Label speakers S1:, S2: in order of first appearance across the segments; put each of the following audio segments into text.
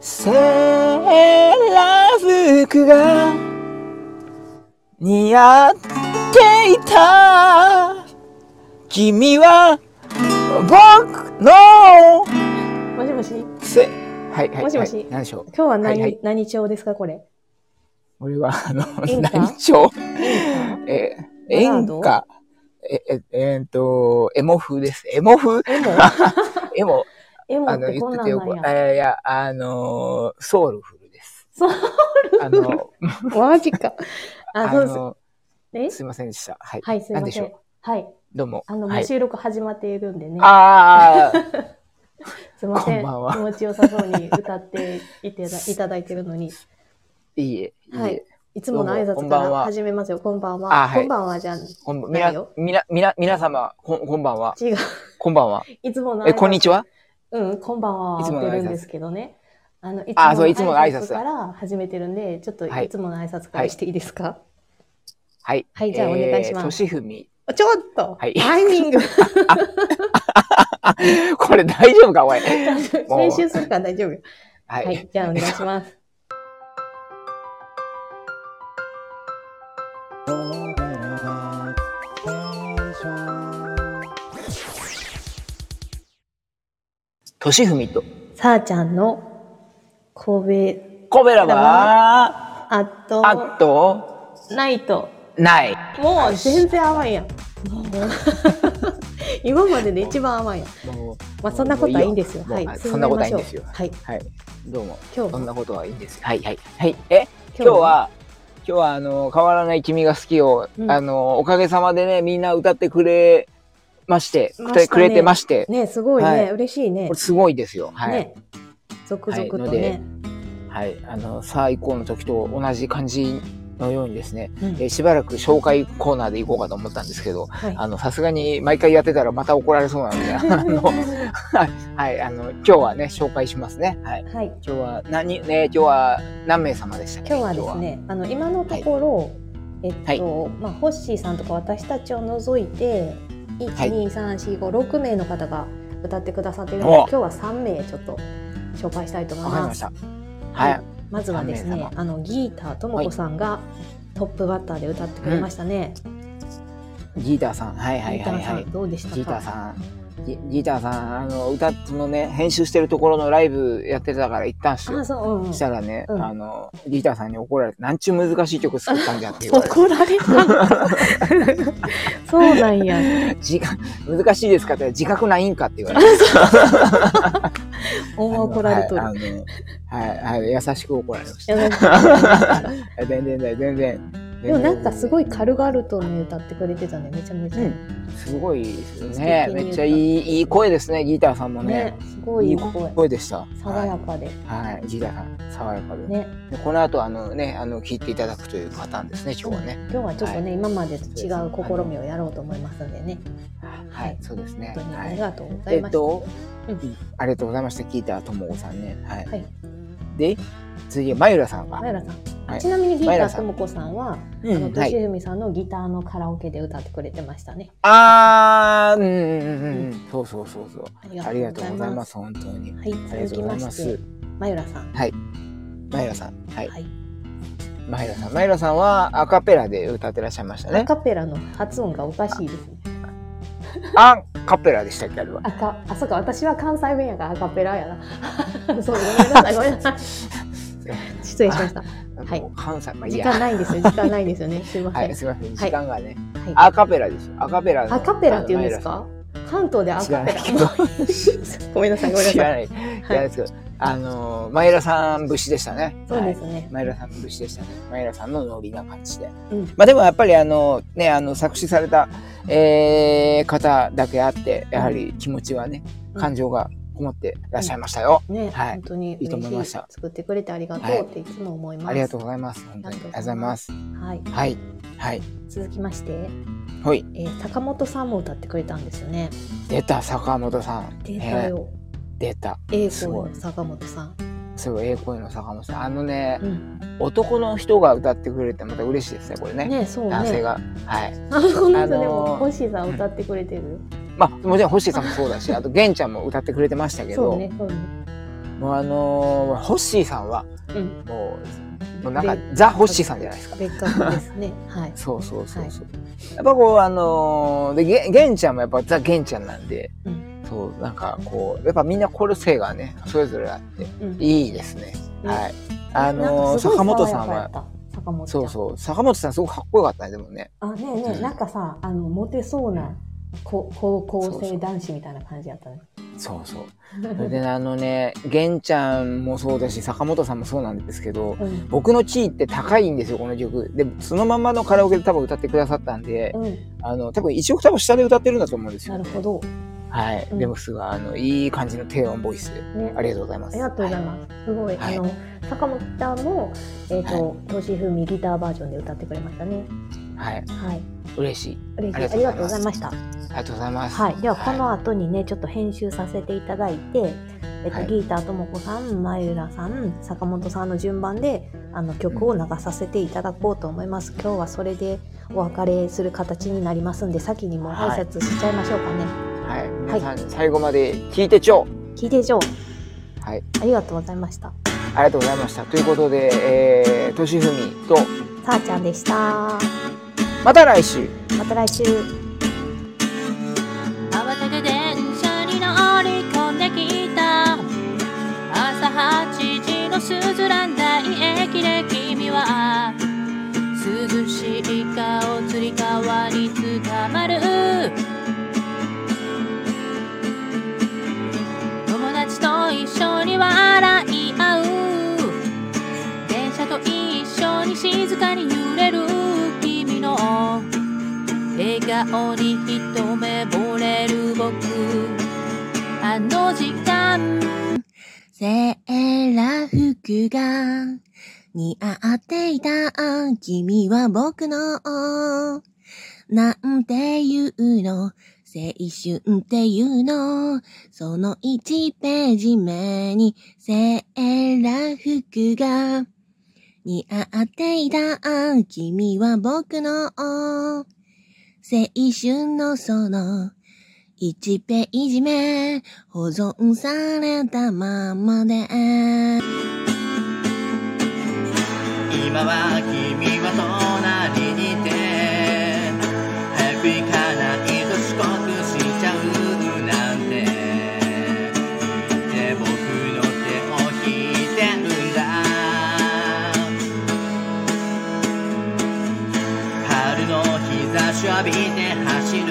S1: セーラー服が似合っていた君は僕の
S2: もしもし今
S1: せはいはい
S2: もしもし
S1: はい、何でしょう
S2: 日は何、
S1: はいはい
S2: 何調ですか これ。
S1: 俺はあの
S2: 演歌
S1: 何調えー
S2: バラ
S1: 演
S2: ード
S1: 歌えええーっとエモ風ですエモ 風
S2: エモ
S1: エモ
S2: エモ
S1: あ
S2: っ
S1: の
S2: て
S1: 言
S2: こ
S1: っ
S2: ん
S1: て
S2: な
S1: てよ
S2: ん
S1: く
S2: なんや。
S1: あいやあのソウルフルです
S2: ソウ
S1: あの
S2: マジか。あ、
S1: あ
S2: そうです。
S1: の
S2: え
S1: すいませんでしたはい、
S2: はい、すい
S1: 何
S2: ま
S1: でし
S2: せ
S1: ょ
S2: ん
S1: う。
S2: はい。
S1: どうも
S2: あの、も
S1: は
S2: う
S1: い、
S2: 収録始まっているんでね。
S1: ああ
S2: すいません。
S1: こんばんは
S2: 気持ちよさそうに歌ってい てだいただいてるのに。
S1: いいえいいえ、
S2: はいいつもの挨
S1: どうもこん
S2: 拶か
S1: ばん
S2: ら
S1: は
S2: 始めますよ。こんばん
S1: あ
S2: は。
S1: はい
S2: こんばんはじゃん。
S1: こんばんみ
S2: な
S1: ない
S2: よ、
S1: みな、みな、皆様、こん、こんばんは。
S2: 違う。
S1: こんばんは。
S2: いつもの
S1: え、こんに
S2: ち
S1: ちは
S2: は。うん、こんばんはい
S1: つ
S2: 合
S1: も
S2: っ
S1: の
S2: て
S1: 挨拶
S2: るんですけどね。あの、い
S1: あそういつもの挨拶
S2: から始めてるんで、ちょっと
S1: はい
S2: いつもの挨拶からしていいですか
S1: はい。
S2: はい、じゃあお願いします。
S1: しふみ。
S2: ちょっと、
S1: はい
S2: タイミング。
S1: これ大丈夫かおい。もう
S2: 練習するから大丈夫よ。
S1: は
S2: はいい。、じゃあお願いします。
S1: としふみと、
S2: さあちゃんの神
S1: コベラは、
S2: 戸ア
S1: あ
S2: ット
S1: と、
S2: ナイト。
S1: ない。
S2: もう全然甘 いやん。もう今までで一番甘いやん。
S1: もう
S2: まあそんなことはいいんですよ。
S1: もう
S2: はい
S1: あ。
S2: 進
S1: そんなことはいいん
S2: めましょ
S1: で
S2: う
S1: すよ
S2: はい。
S1: はい。どうも。
S2: 今日
S1: そん
S2: は
S1: なことはいいんです。はい、はい。はい。え、今日は、今日はあの変わらない君が好きを、
S2: うん
S1: あのおかげさまでねみんな歌ってくれまして
S2: ましたね
S1: くれくれてまして、
S2: ねすごいね、
S1: はい
S2: 嬉しいね
S1: これ。すごいですよ。はい、
S2: ね続々とね。
S1: はい、あのさあ以降の時と同じ感じのようにですね、
S2: うん
S1: えーしばらく紹介コーナーで行こうかと思ったんですけど、
S2: はい
S1: あのさすがに毎回やってたらまた怒られそうなの で、あのはい、あの今日はね紹介しますね。はい、
S2: はい。
S1: 今日は何ね今日は何名様でしたっけ？
S2: 今日はですね、あの今のところ、えっと、まあホッシーさんとか私たちを除いて、一
S1: はい
S2: 二三四五六名の方が歌ってくださっているので、
S1: お
S2: 今日は三名ちょっと紹介したいと
S1: 今日
S2: 思
S1: は。わか
S2: い
S1: り
S2: ま
S1: まし
S2: す。
S1: た。はい。
S2: まずはです
S1: 三
S2: ね
S1: 名、
S2: あのギーターともこさんがトップバッターで歌ってくれましたね。
S1: ギーターさん、はいはい
S2: ギ
S1: は
S2: ータ
S1: い
S2: ーさ
S1: はい。
S2: んどうでしたか？
S1: ギーターさん、ギギーターさん、あの歌そのね編集してるところのライブやってたから一旦しよ
S2: あ、
S1: う。
S2: そう、うんうん
S1: したらね、
S2: うん
S1: あのギーターさんに怒られて、なんちゅう難しい曲作ったんじゃって言われて、
S2: 怒ら れた。そうなんや。
S1: 自覚難しいですかって自覚ないんかって言われて。
S2: おも怒られとる
S1: あ。のはいあのはいはい優しく怒られまし
S2: やば い
S1: た。全然だよ全然。
S2: でもなんかすご
S1: い。
S2: い軽々とね歌ってくれてたねめちゃめちゃ、
S1: うんすごいですよ
S2: 素
S1: ね。
S2: 敵に歌
S1: めっちゃいいいい声ですね、ギーターさんもね。
S2: ねすごい声
S1: 声でした。
S2: 爽やかで、
S1: はい、はい、ギーターさん爽やかで。
S2: ね
S1: でこの後あのねあの聞いていただくというパターンですね今日はね、
S2: 今日はちょっとね、
S1: は
S2: 今までと違う試みをやろうと思いますんでね
S1: はい、そうですね
S2: 本当にあり
S1: は
S2: がとうござ
S1: いえ
S2: いま
S1: っ
S2: した、
S1: と、
S2: う
S1: ありがとうございました聞いたともこさんねはい、
S2: はい
S1: で次はまゆらさんが
S2: まゆらさん、
S1: はい
S2: ちなみにギ
S1: まゆ
S2: ータ
S1: ら
S2: ー
S1: さ
S2: と
S1: ん
S2: もこさんは、
S1: う
S2: あの
S1: んは
S2: とし
S1: い
S2: ふみさんのギターのカラオケで歌ってくれてましたね
S1: あーうんうんうんうんそうそうそうそうあ
S2: あ
S1: り
S2: り
S1: が
S2: が
S1: と
S2: と
S1: う
S2: う
S1: ござ
S2: ござ
S1: い
S2: い
S1: ま
S2: ます
S1: す本当に
S2: はい
S1: ありがと
S2: 続
S1: う
S2: き
S1: ござ
S2: ま
S1: いま
S2: して
S1: す
S2: まゆらさん
S1: まゆらさんはい
S2: はい
S1: まゆらさんまゆらさんはアカペラで歌ってらっしゃいました
S2: ア
S1: ね
S2: カペラの発音がおかしいですね
S1: アカペラでしたっけあれは
S2: あかあそうか私は関西弁やからアカペラやな そうごめんなさいごめんなさい失礼しました はい
S1: 関西まあいい
S2: 時
S1: や
S2: 間ないんですよ。時間ないんで すよね。すみません。
S1: はいすいません時間がね
S2: はい
S1: アカペラですよ。アカペラの。
S2: アカペラって言うんですか？関東でア
S1: あの
S2: カ
S1: 知らな
S2: ペ
S1: い
S2: ラ
S1: け。ど。
S2: ごめんなさい。ごめんな
S1: 知ら
S2: さい。
S1: ない。知らないですけど。あのー、マイラさん節でしたね。
S2: そうです
S1: はい。
S2: ね。
S1: マイラさん節でしたね。マイラさんのノリな感じで。
S2: うん
S1: まあでもやっぱりあの、ね、あの、作詞された、えー方だけあって、やはり気持ちはね、
S2: うん
S1: 感情がこもってらっしゃいましたよ。
S2: ね、
S1: はい
S2: 本当に
S1: いいと
S2: 嬉
S1: 思
S2: し
S1: い
S2: い
S1: ました
S2: 作ってくれてありがと
S1: はいう
S2: っていつも思います。
S1: ありがとうございます。本当に。ありがとうございます。
S2: はい。
S1: はい。はい。
S2: 続きまして、
S1: ほい。
S2: えー坂本さんも歌ってくれたんですよね。
S1: 出た、坂本さん。
S2: データ
S1: えー
S2: よ。
S1: 出た。
S2: 英
S1: す
S2: 語
S1: ごい
S2: の坂本さん。
S1: すごい、ええ声の坂本さん。あのね、
S2: うん。
S1: 男の人が歌ってくれるってまた嬉しいですね、これね。
S2: ね、そう
S1: 男性
S2: ね。
S1: が、はい
S2: あのこの人で
S1: あのー
S2: も星さん歌ってくれてる。
S1: まあもちろん星さんもそうだしあと玄ちゃんも歌ってくれてましたけ
S2: そう
S1: ど、
S2: ね。そうね。
S1: もうあのーホッシーさんは
S2: うん。
S1: もうもうなんか
S2: で
S1: ザ・ホッシーさんじゃないですか。
S2: 別格ですね。はい。
S1: そうそうそうそう。やっぱこうあのーでげげんちゃんもやっぱザ・げんちゃんなんで、
S2: う
S1: そうなんかこうやっぱみんな個性がねそれぞれあって
S2: うん
S1: いいですね。
S2: うん
S1: はい。あ
S2: な
S1: のー
S2: かすごい
S1: 坂本さんは
S2: 爽やかやった。坂本
S1: そう
S2: う。
S1: そう坂本さんすごくかっこよかったねでもね。
S2: あ、ねえね
S1: う
S2: え、
S1: ん
S2: なんかさ、あの、モテそうな、こ高校生男子みたいな感じやったね。
S1: そうそう。それでねあのね玄ちゃんもそうだし坂本さんもそうなんですけど
S2: うん。
S1: 僕の地位って高いんですよこの曲でそのままのカラオケで多分歌ってくださったんで
S2: うん。
S1: あの多分1オクターブ下で歌ってるんだと思うんですよ
S2: なるほど。
S1: はい、
S2: うん
S1: でもすごいあのいい感じの低音ボイスで
S2: ね。
S1: ありがとうございます
S2: ありがとうございます。すごい、
S1: はい
S2: あの坂本さんもえっ、と投資風味ギターバージョンで歌ってくれましたね。
S1: はい、はい、
S2: はい、
S1: 嬉しい
S2: 嬉しい。
S1: ありが
S2: あり
S1: とうご
S2: がとうご
S1: ざ
S2: ざ
S1: い
S2: い
S1: ま
S2: ました。
S1: ありがとうございます
S2: はい、ではこの後にねちょっと編集させていただいて、えっ、と、
S1: はい
S2: ギーターともこさん、まゆらさん、坂本さんの順番であの曲を流させていただこうと思います。今日はそれでお別れする形になりますんで、先にもう挨拶しちゃいましょうかね。
S1: はい、皆さん最後まで聞いてちょ
S2: 聞いて以上
S1: うはい
S2: ありがとうございました。
S1: ありがとうございましたということで、えー、としふみと
S2: さあちゃんでした。ま
S1: また来週
S2: た来週。
S3: 慌てて電車に乗り込んできた朝8時のスズラン台駅で君は涼しい顔つり革につかまる友達と一緒に笑い合う電車と一緒に静かに揺れる君の笑顔に一目惚れる僕あの時間
S4: セーラ服が似合っていた君は僕のなんていうの青春っていうのその1ページ目にセーラ服が似合っていた君は僕の青春のその1ページ目保存されたままで
S5: 今は君は隣にいて早く行かないと遅刻しちゃうなんてで僕の手を引いてるんだ春の日差しを浴びて走る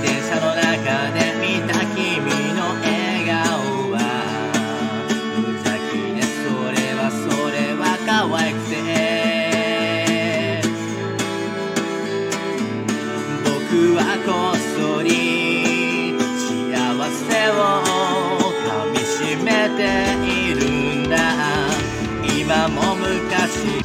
S5: 電車の中で見た君の笑顔は無邪気でそれはそれは可愛くて僕はこっそり幸せをかみしめているんだ今も昔